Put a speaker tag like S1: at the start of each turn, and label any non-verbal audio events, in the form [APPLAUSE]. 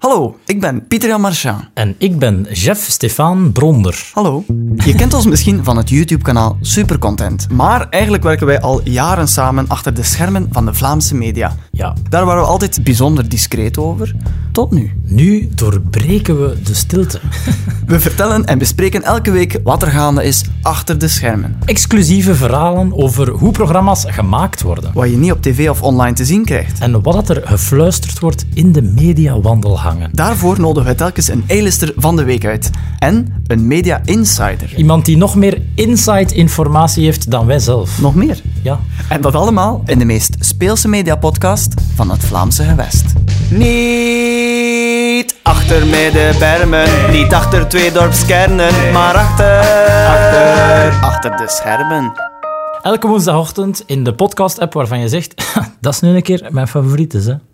S1: Hallo, ik ben Pieter Jan Marchand.
S2: En ik ben Jeff Stefan Bronder.
S1: Hallo. Je kent ons misschien van het YouTube-kanaal Supercontent. Maar eigenlijk werken wij al jaren samen achter de schermen van de Vlaamse media.
S2: Ja,
S1: Daar waren we altijd bijzonder discreet over. Tot nu.
S2: nu doorbreken we de stilte. [LAUGHS]
S1: We vertellen en bespreken elke week wat er gaande is achter de schermen.
S2: Exclusieve verhalen over hoe programma's gemaakt worden.
S1: Wat je niet op tv of online te zien krijgt.
S2: En wat dat er gefluisterd wordt in de mediawandelgangen.
S1: Daarvoor nodigen we telkens een A-lister van de week uit. En een media insider.
S2: Iemand die nog meer inside-informatie heeft dan wij zelf.
S1: Nog meer.
S2: Ja.
S1: En dat allemaal in de meest speelse mediapodcast van het Vlaamse gewest. Niet achter mij de bermen, niet achter twee dorpskernen, maar achter, achter, achter de schermen.
S2: [LAUGHS] Elke woensdagochtend in de podcast-app waarvan je zegt... dat is nu een keer mijn favoriet is, hè.